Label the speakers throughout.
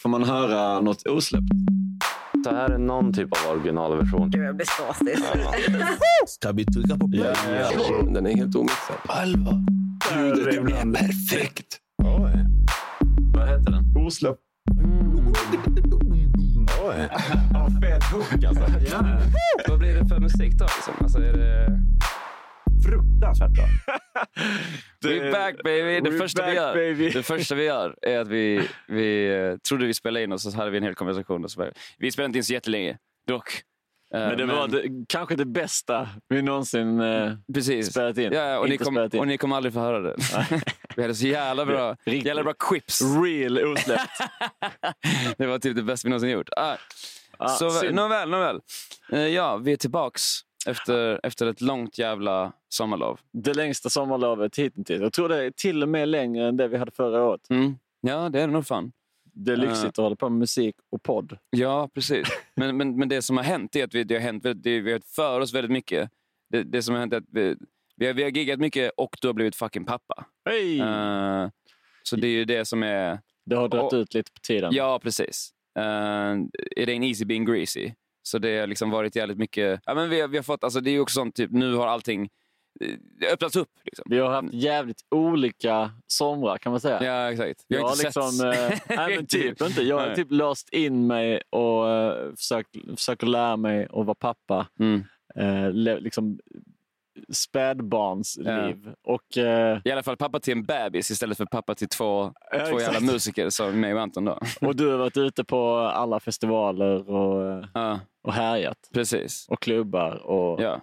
Speaker 1: Får man höra något osläppt?
Speaker 2: Det här är någon typ av originalversion.
Speaker 3: Gud, jag blir såsig.
Speaker 4: Ska vi trycka på play?
Speaker 5: Den är helt omixad.
Speaker 1: Alva. Ljudet är perfekt.
Speaker 2: Vad heter den?
Speaker 1: Osläppt. Fet hook alltså.
Speaker 2: Vad blir det för musik då? Liksom? Alltså, är det...
Speaker 4: Fruktansvärt bra.
Speaker 2: We're back baby! Det
Speaker 1: We're
Speaker 2: första,
Speaker 1: back,
Speaker 2: vi gör,
Speaker 1: baby.
Speaker 2: det första vi gör är att vi, vi eh, trodde vi spelade in och så hade vi en hel konversation. Och så bara, vi spelade inte in så jättelänge, dock. Eh,
Speaker 1: Men det var det, kanske det bästa vi någonsin eh,
Speaker 2: precis.
Speaker 1: spelat in.
Speaker 2: Ja, och, ni
Speaker 1: Inte
Speaker 2: kom,
Speaker 1: spelat in.
Speaker 2: och ni kommer aldrig få höra det. vi hade så jävla bra,
Speaker 1: Riktigt.
Speaker 2: jävla bra quips.
Speaker 1: Real osläppt.
Speaker 2: Det var typ det bästa vi någonsin gjort. Ah.
Speaker 1: Ah,
Speaker 2: så,
Speaker 1: synd.
Speaker 2: nåväl, nåväl. Eh, ja, vi är tillbaks efter, efter ett långt jävla sommarlov.
Speaker 1: det längsta sommarlovet hittills. Jag tror det är till och med längre än det vi hade förra året.
Speaker 2: Mm. Ja, det är det nog fan.
Speaker 1: Det är lyxigt att hålla på med musik och podd.
Speaker 2: Ja, precis. Men, men, men det som har hänt är att vi, det har hänt, väldigt- det, vi har för oss väldigt mycket. Det, det som har hänt är att vi, vi, har, vi har giggat mycket och du har blivit fucking pappa.
Speaker 1: Hej! Mm.
Speaker 2: Eh, så det är ju det som är...
Speaker 1: det har dragit
Speaker 2: och-
Speaker 1: ut lite på tiden.
Speaker 2: Ja, precis. Eh, it ain't easy being greasy. Så det har liksom varit jävligt mycket... Ja, men vi, har, vi har fått, alltså, det är ju också sånt, typ, nu har allting eh, det har öppnats upp. Liksom.
Speaker 1: Vi har haft jävligt olika somrar kan man säga.
Speaker 2: Ja, exakt. Vi
Speaker 1: Jag
Speaker 2: har
Speaker 1: har
Speaker 2: inte
Speaker 1: liksom,
Speaker 2: setts.
Speaker 1: eh, nej, men typ inte. Jag har
Speaker 2: Nej.
Speaker 1: typ låst in mig och eh, försökt, försöker lära mig att vara pappa.
Speaker 2: Mm.
Speaker 1: Eh, le, liksom spädbarnsliv. Och eh,
Speaker 2: I alla fall pappa till en bebis istället för pappa till två,
Speaker 1: Ja,
Speaker 2: två jävla
Speaker 1: exakt.
Speaker 2: musiker som mig och Anton. Då.
Speaker 1: Och du har varit ute på alla festivaler och, eh,
Speaker 2: Ja,
Speaker 1: och härjat.
Speaker 2: precis.
Speaker 1: Och klubbar. Och,
Speaker 2: Ja,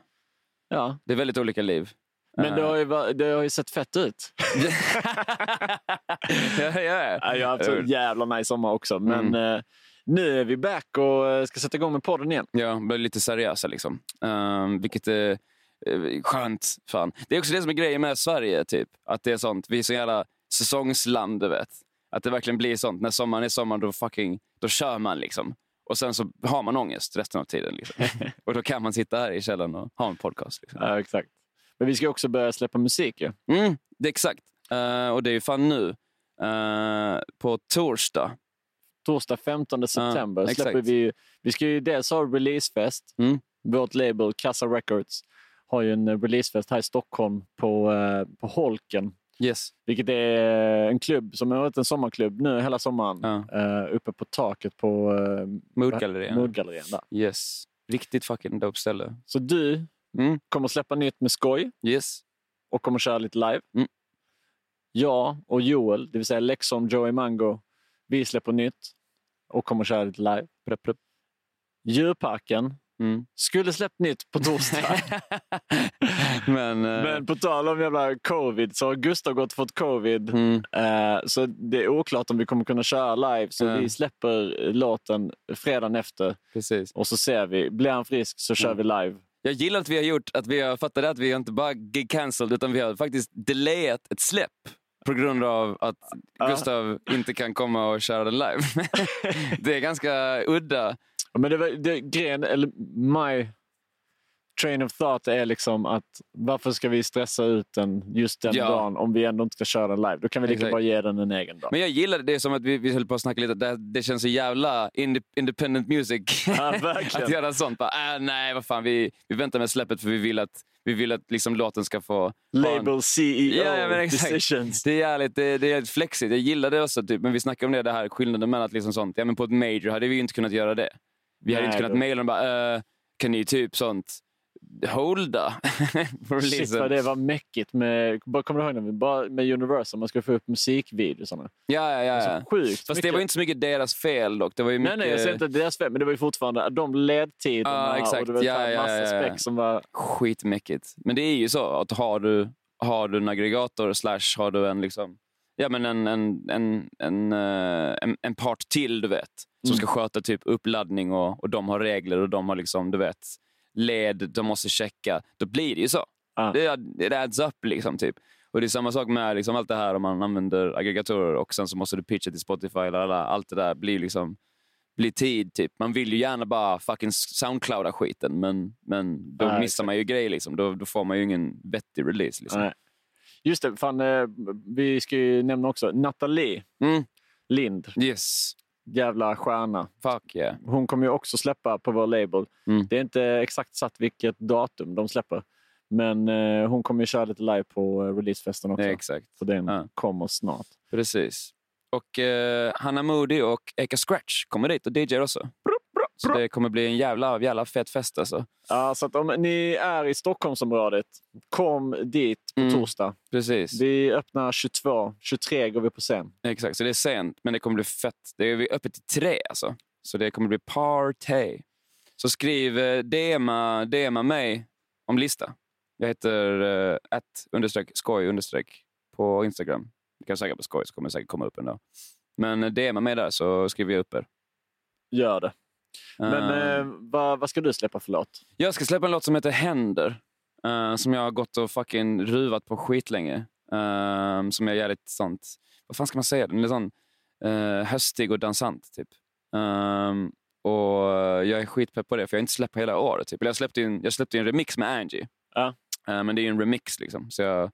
Speaker 1: Ja.
Speaker 2: det är väldigt olika liv.
Speaker 1: Men det har, ju, va- det har ju sett fett ut.
Speaker 2: Eh, ja, ja.
Speaker 1: Nej, Jag har haft så
Speaker 2: Ur.
Speaker 1: jävla nice sommar också. Men eh, nu är vi back och eh, ska sätta igång med podden igen.
Speaker 2: ja, blir lite seriösa liksom. Um, vilket är eh, skönt. Fan. Det är också det som är grejen med Sverige. typ. Att det är sånt. Vi är så jävla säsongsland, du vet. Att det verkligen blir sånt. När sommaren är sommar, då fucking, då kör man liksom. Och sen så har man ångest resten av tiden. Liksom. och då kan man sitta här i källaren och ha en podcast. Liksom.
Speaker 1: Ja, exakt. Men vi ska också börja släppa musik ju.
Speaker 2: Mm, det är exakt. Eh, och det är ju fan nu. Eh, på torsdag.
Speaker 1: Torsdag 15 september
Speaker 2: Ja,
Speaker 1: släpper
Speaker 2: exakt.
Speaker 1: vi ju... Vi ska ju dels ha releasefest.
Speaker 2: Mm.
Speaker 1: Vårt label Casa Records har ju en eh, releasefest här i Stockholm på, eh, på Holken.
Speaker 2: Yes.
Speaker 1: Vilket är en klubb som har varit en sommarklubb nu hela sommaren.
Speaker 2: Ja.
Speaker 1: Eh, uppe på taket på eh,
Speaker 2: Moodgallerian.
Speaker 1: Moodgallerian där.
Speaker 2: Yes. Riktigt fucking dope ställe.
Speaker 1: Så du
Speaker 2: Mm.
Speaker 1: kommer släppa nytt med skoj
Speaker 2: Yes.
Speaker 1: och kommer köra lite live.
Speaker 2: Mm.
Speaker 1: Jag och Joel, det vill säga Lexom, Joey Mango, vi släpper nytt och kommer köra lite live.
Speaker 2: Plup, plup.
Speaker 1: Djurparken
Speaker 2: Mm. Eh.
Speaker 1: skulle släppt nytt på torsdag.
Speaker 2: Men... eh,
Speaker 1: Men på tal om jävla covid så har Gustav gått och fått covid.
Speaker 2: Mm.
Speaker 1: Eh, Så det är oklart om vi kommer kunna köra live. Så
Speaker 2: Mm.
Speaker 1: vi släpper eh, låten fredagen efter
Speaker 2: Precis.
Speaker 1: och så ser vi. Blir han frisk så
Speaker 2: Mm.
Speaker 1: kör vi live.
Speaker 2: Jag gillar att vi har gjort att vi har fattat att vi har inte bara gig cancelled utan vi har faktiskt delayat ett släpp på grund av att
Speaker 1: Ah.
Speaker 2: Gustav inte kan komma och köra det live. det är ganska udda.
Speaker 1: Ja, Men det var, det, grejen, eller my train of thought är liksom att varför ska vi stressa ut den just den
Speaker 2: Ja.
Speaker 1: dagen om vi ändå inte ska köra den live? Då kan vi lika
Speaker 2: Exakt.
Speaker 1: bara ge den en egen dag.
Speaker 2: Men jag gillar det som att vi, vi höll på att snacka lite. Det, det känns så jävla inde- independent music.
Speaker 1: Ja, Ah, verkligen.
Speaker 2: att göra sånt. Bara, äh, nej, vad fan. Vi, vi väntar med släppet för vi vill att, vi vill att liksom låten ska få... ha en-
Speaker 1: Label CEO
Speaker 2: Ja, ja, men exakt.
Speaker 1: decisions.
Speaker 2: Det är jävligt, det, det är jävligt flexigt. Jag gillar det också, typ, men vi snackade om det, det här skillnaden mellan att liksom sånt, ja, men på ett major hade vi ju inte kunnat göra det. Vi hade
Speaker 1: Nej,
Speaker 2: inte kunnat
Speaker 1: då-
Speaker 2: mejla dem bara, eh, kan ni typ sånt Liksom. holda på
Speaker 1: Shit vad
Speaker 2: releasen?
Speaker 1: det var mäckigt med, bara, kommer du ihåg när vi, bara med Universal, man skulle få upp musikvideosarna.
Speaker 2: Ja, ja, ja. ja.
Speaker 1: Så sjukt
Speaker 2: Fast det var ju inte så mycket deras fel dock. Det var ju
Speaker 1: Alltså, Nej,
Speaker 2: mycket
Speaker 1: nej, jag säger inte att det är deras fel, men det var ju fortfarande de ledtiderna
Speaker 2: Ja, exakt.
Speaker 1: och det var
Speaker 2: Ja, ja,
Speaker 1: massa
Speaker 2: ja, ja.
Speaker 1: speck som var...
Speaker 2: skitmäckigt. Men det är ju så att har du, har du en aggregator slash har du en liksom Ja, men en, en, en, en, eh, en, en part till, du vet,
Speaker 1: Mm.
Speaker 2: som ska sköta typ uppladdning och, och de har regler och de har liksom, du vet, led, de måste checka. Då blir det ju så.
Speaker 1: Ja.
Speaker 2: Det, det adds up liksom. typ. Och Det är samma sak med liksom, allt det här om man använder aggregatorer och sen så måste du pitcha till Spotify. Eller alla, allt det där blir liksom blir tid. typ. Man vill ju gärna bara fucking soundclouda skiten men, men då
Speaker 1: Ja,
Speaker 2: missar man ju grejer. Liksom. Då, då får man ju ingen vettig release. Liksom.
Speaker 1: Nej. Just det, fan, eh, vi ska ju nämna också Nathalie
Speaker 2: Mm.
Speaker 1: Lind.
Speaker 2: Yes.
Speaker 1: jävla stjärna.
Speaker 2: Fuck yeah.
Speaker 1: Hon kommer ju också släppa på vår label.
Speaker 2: Mm.
Speaker 1: Det är inte exakt satt vilket datum de släpper. Men eh, hon kommer ju köra lite live på eh, releasefesten också.
Speaker 2: Ja, exakt.
Speaker 1: så den
Speaker 2: Ja.
Speaker 1: kommer snart.
Speaker 2: Precis. Och eh, Hanna Moody och Eka Scratch kommer dit och DJar också. Så det kommer bli en jävla, jävla fet fest alltså.
Speaker 1: Ja, så att om ni är i Stockholmsområdet, kom dit på
Speaker 2: Mm.
Speaker 1: torsdag.
Speaker 2: Precis.
Speaker 1: Vi öppnar 22. 23 går vi på scen.
Speaker 2: Exakt, så det är sent, men det kommer bli fett. Det är öppet till tre, alltså. Så det kommer bli party. Så skriv, eh, DMa, DMa mig om lista. Jag heter eh, att understreck skoj understreck på Instagram. Du kan söka på skoj så kommer det säkert komma upp en dag. Men eh, DMa mig där så skriver jag upp er.
Speaker 1: Gör det. Men
Speaker 2: Eh,
Speaker 1: eh, vad, vad ska du släppa för låt?
Speaker 2: Jag ska släppa en låt som heter Händer. eh, som jag har gått och fucking ruvat på skitlänge. Uh, som är jävligt sånt... Vad fan ska man säga? Den är sån eh, höstig och dansant, typ. Ehm, och jag är skitpepp på det, för jag har inte släppt på hela året. Typ. Eller Jag släppte ju en, jag släppte ju en remix med Angie.
Speaker 1: Ja.
Speaker 2: Eh, men det är ju en remix, liksom. Så jag,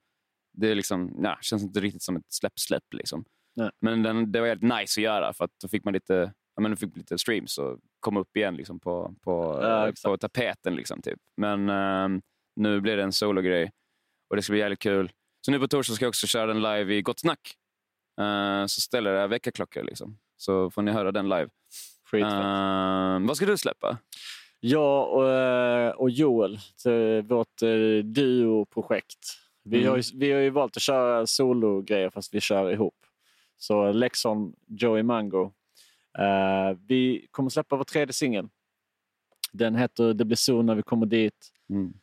Speaker 2: det är liksom, nah, känns inte riktigt som ett släpp-släpp. Liksom.
Speaker 1: Nej.
Speaker 2: Men den, det var jävligt nice att göra, för att då fick man lite, ja, men då fick man lite streams och kom upp igen liksom, på, på,
Speaker 1: Ja,
Speaker 2: eh,
Speaker 1: exakt.
Speaker 2: på tapeten. Liksom, typ. Men ehm, nu blir det en sologrej och det ska bli jävligt kul. Så nu på torsdag ska jag också köra den live i Gott Snack. Eh, så ställer jag väckarklockor, liksom. så får ni höra den live.
Speaker 1: Skitfett.
Speaker 2: Ehm, vad ska du släppa?
Speaker 1: Jag och, eh, och Joel, eh, vårt eh, duo-projekt. Vi,
Speaker 2: Mm.
Speaker 1: har ju, vi har ju valt att köra solo-grejer fast vi kör ihop. Så Lexon, Joey Mango. Eh, vi kommer släppa vår tredje singel. Den heter Det blir sol när vi kommer dit.
Speaker 2: Mm.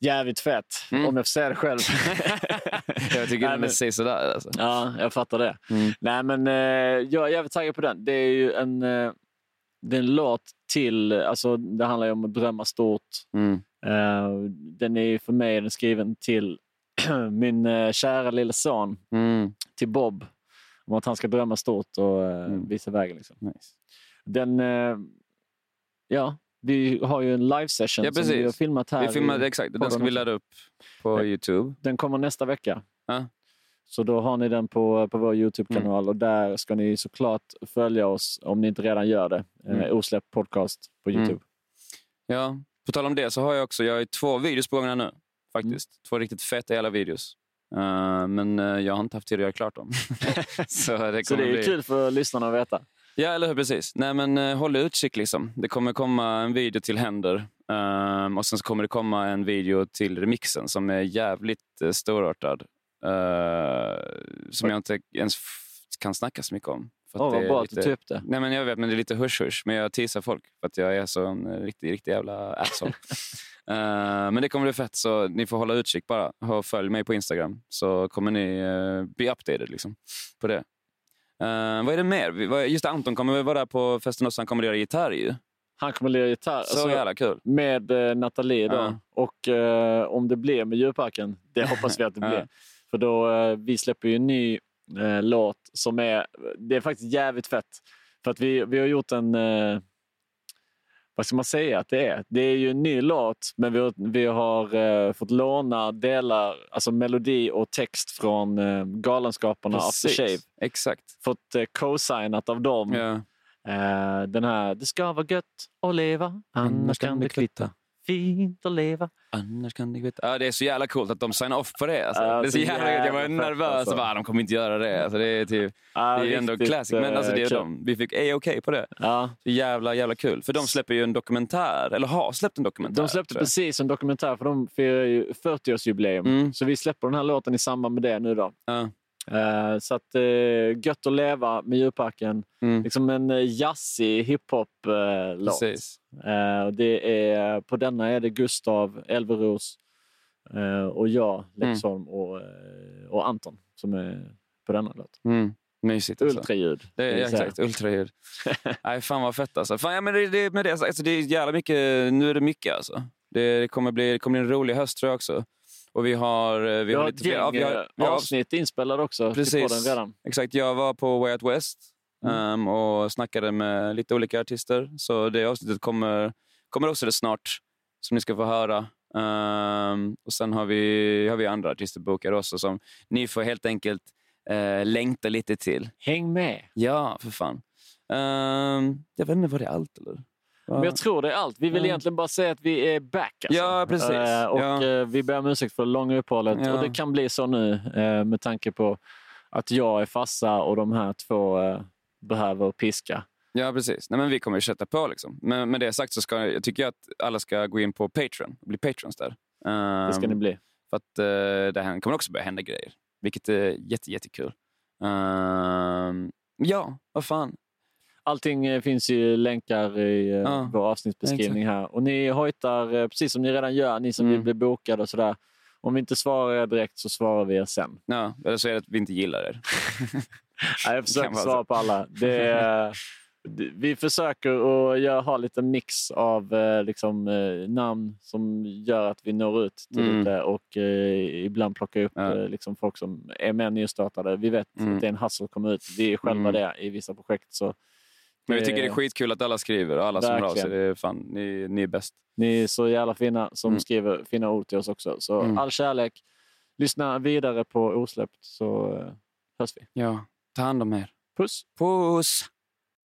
Speaker 1: Jävligt fett,
Speaker 2: Mm.
Speaker 1: om jag får säga det själv.
Speaker 2: jag tycker
Speaker 1: Nej,
Speaker 2: den är
Speaker 1: men-
Speaker 2: säger sådär. Alltså.
Speaker 1: Ja, jag fattar det.
Speaker 2: Mm.
Speaker 1: Nej, men eh, jag är jävligt taggad på den. Det är ju en, eh, det är en låt till... Alltså, det handlar ju om att drömma stort.
Speaker 2: Mm.
Speaker 1: Eh, den är ju för mig den är skriven till min eh, kära lilla son,
Speaker 2: Mm.
Speaker 1: till Bob. Om att han ska drömma stort och eh,
Speaker 2: Mm.
Speaker 1: visa vägen. Liksom.
Speaker 2: Nice.
Speaker 1: Den, eh, ja, vi har ju en live session
Speaker 2: Ja,
Speaker 1: som vi
Speaker 2: precis.
Speaker 1: har filmat här.
Speaker 2: Vi filmade,
Speaker 1: i-
Speaker 2: exakt, den
Speaker 1: podden
Speaker 2: ska vi
Speaker 1: också.
Speaker 2: ladda upp på
Speaker 1: Ja.
Speaker 2: Youtube.
Speaker 1: Den kommer nästa vecka.
Speaker 2: Ja. Mm.
Speaker 1: Så då har ni den på, på vår Youtube-kanal och där ska ni såklart följa oss om ni inte redan gör det. Eh,
Speaker 2: Mm.
Speaker 1: Osläppt podcast på
Speaker 2: Mm.
Speaker 1: Youtube.
Speaker 2: Ja. På tal om det så har jag också jag har ju två videos på gång här nu. Faktiskt.
Speaker 1: Mm.
Speaker 2: Två riktigt feta jävla videos. Eh, men eh, jag har inte haft tid att göra klart dem. så det,
Speaker 1: Så det
Speaker 2: kommer
Speaker 1: är ju
Speaker 2: bli...
Speaker 1: kul för lyssnarna att veta.
Speaker 2: Ja, eller hur? Precis. Nej, men eh, håll utkik. Liksom. Det kommer komma en video till Händer. ehm, och sen så kommer det komma en video till remixen som är jävligt uh, storartad. Eh, som jag inte ens f- kan snacka så mycket om. För
Speaker 1: Åh,
Speaker 2: det
Speaker 1: vad
Speaker 2: är
Speaker 1: bra att du
Speaker 2: lite-
Speaker 1: tog upp det.
Speaker 2: Nej, men jag vet, men det är lite hush-hush. Men jag teasar folk för att jag är så en eh, riktig, riktig jävla asshole. Eh, men det kommer bli fett, så ni får hålla utkik bara. Och följ mig på Instagram så kommer ni uh, bli updated liksom, på det. Eh, vad är det mer? Vi- vad- Just det, Anton kommer väl vara där på festen också. Han kommer lira gitarr ju.
Speaker 1: Han kommer lira gitarr.
Speaker 2: Så
Speaker 1: Alltså,
Speaker 2: jävla kul.
Speaker 1: med eh, Nathalie då.
Speaker 2: Ja.
Speaker 1: Och eh, om det blir med djurparken, det hoppas vi att det
Speaker 2: Ja.
Speaker 1: blir. För då, eh, vi släpper ju en ny eh, låt som är, det är faktiskt jävligt fett. För att vi, vi har gjort en, eh, vad ska man säga att det är? Det är ju en ny låt, men vi har, vi har eh, fått låna delar, alltså melodi och text från eh, Galenskaparna After Shave.
Speaker 2: Exakt.
Speaker 1: Fått eh, co-signat av dem.
Speaker 2: Ja.
Speaker 1: Eh, den här, det ska vara gött att leva, annars kan det kvittra. Fint att leva.
Speaker 2: Annars kan det kvitta. Ja, det är så jävla coolt att de signar off på det. Alltså.
Speaker 1: Ja,
Speaker 2: det är så
Speaker 1: så
Speaker 2: jävla, jag
Speaker 1: jävla
Speaker 2: var
Speaker 1: fett,
Speaker 2: nervös.
Speaker 1: alltså.
Speaker 2: Bara, "Ah, de kommer inte göra det. Alltså, det är typ...
Speaker 1: Ja,
Speaker 2: Det är ju ändå
Speaker 1: Ah, riktigt,
Speaker 2: classic, men alltså det är
Speaker 1: eh, kul.
Speaker 2: de. Vi fick A-OK på det.
Speaker 1: Ja,
Speaker 2: Så jävla, jävla kul. För de släpper ju en dokumentär, eller har släppt en dokumentär.
Speaker 1: de släppte
Speaker 2: tror jag.
Speaker 1: precis en dokumentär, för de firar ju 40-årsjubileum.
Speaker 2: Mm.
Speaker 1: Så vi släpper den här låten i samband med det nu. då.
Speaker 2: Ja.
Speaker 1: Eh, så att, eh, gött att leva med djurparken.
Speaker 2: Mm.
Speaker 1: Liksom en eh, jazzig hiphop-låt.
Speaker 2: Precis.
Speaker 1: Eh, och det är, på denna är det Gustav, Elveros eh, och
Speaker 2: Mm.
Speaker 1: jag, Leksholm och, eh, och Anton som är på denna låt.
Speaker 2: Mm. Mysigt. Alltså.
Speaker 1: Ultraljud.
Speaker 2: Det är,
Speaker 1: vill
Speaker 2: ja,
Speaker 1: säga.
Speaker 2: exakt, ultraljud. Nej, fan vad fett alltså. Fan, ja, men det, det, med det, sagt, alltså, det är jävla mycket, nu är det mycket alltså. Det, det, kommer bli, det kommer bli en rolig höst tror jag också. Och vi har... eh,
Speaker 1: Vi har
Speaker 2: lite
Speaker 1: ett
Speaker 2: fler-
Speaker 1: gäng eh,
Speaker 2: ja, vi har, vi har avsnitt.
Speaker 1: avsnitt inspelade också typ till
Speaker 2: Precis.
Speaker 1: podden redan.
Speaker 2: Exakt, jag var på Way Out West
Speaker 1: Mm.
Speaker 2: ehm, och snackade med lite olika artister. Så det avsnittet kommer, kommer också det snart, som ni ska få höra. Ehm, och Sen har vi, har vi andra artister bokade också som ni får helt enkelt eh, längta lite till.
Speaker 1: Häng med!
Speaker 2: Ja, för fan. Eh, Ehm, jag vet inte, var det allt eller? Ja.
Speaker 1: Men jag tror det är allt. Vi vill
Speaker 2: Ja.
Speaker 1: egentligen bara säga att vi är back. Alltså.
Speaker 2: Ja, precis.
Speaker 1: Eh, och
Speaker 2: Ja.
Speaker 1: eh, Vi ber om ursäkt för det långa uppehållet.
Speaker 2: Ja.
Speaker 1: Och det kan bli så nu eh, med tanke på att jag är farsa och de här två eh, behöver piska.
Speaker 2: Ja, precis. Nej, men vi kommer ju köta på. Liksom. Men med det sagt så ska, jag tycker jag att alla ska gå in på Patreon och bli patrons där. Ehm,
Speaker 1: Det ska ni bli.
Speaker 2: För att eh, det här kommer också börja hända grejer, vilket är jätte, jättekul. Ehm, ja, vad fan.
Speaker 1: Allting eh, finns ju länkar i eh,
Speaker 2: Ja,
Speaker 1: vår avsnittsbeskrivning här. Och ni hojtar, eh, precis som ni redan gör, ni som
Speaker 2: Mm.
Speaker 1: vill bli bokade och sådär. Om vi inte svarar er direkt så svarar vi er sen.
Speaker 2: Ja, eller så är det att vi inte gillar er.
Speaker 1: Nej, jag försöker
Speaker 2: Kan vara
Speaker 1: svara
Speaker 2: så.
Speaker 1: på alla. Det är, det- vi försöker att göra, ha lite mix av eh, liksom, eh, namn som gör att vi når ut till
Speaker 2: Mm.
Speaker 1: lite och eh, ibland plocka upp
Speaker 2: Ja.
Speaker 1: eh, liksom, folk som är mer nystartade. Vi vet
Speaker 2: Mm.
Speaker 1: att det är en hassel att komma ut. Vi är själva
Speaker 2: Mm.
Speaker 1: det i vissa projekt. Så
Speaker 2: Men vi tycker det är skitkul att alla skriver och alla som hör av sig.
Speaker 1: Verkligen.
Speaker 2: Det är fan, ni, ni är bäst.
Speaker 1: Ni är så jävla fina som
Speaker 2: Mm.
Speaker 1: skriver fina ord till oss också. Så
Speaker 2: Mm.
Speaker 1: all kärlek. Lyssna vidare på Osläppt så eh, hörs vi.
Speaker 2: Ja, ta hand om er.
Speaker 1: Puss!
Speaker 2: Puss!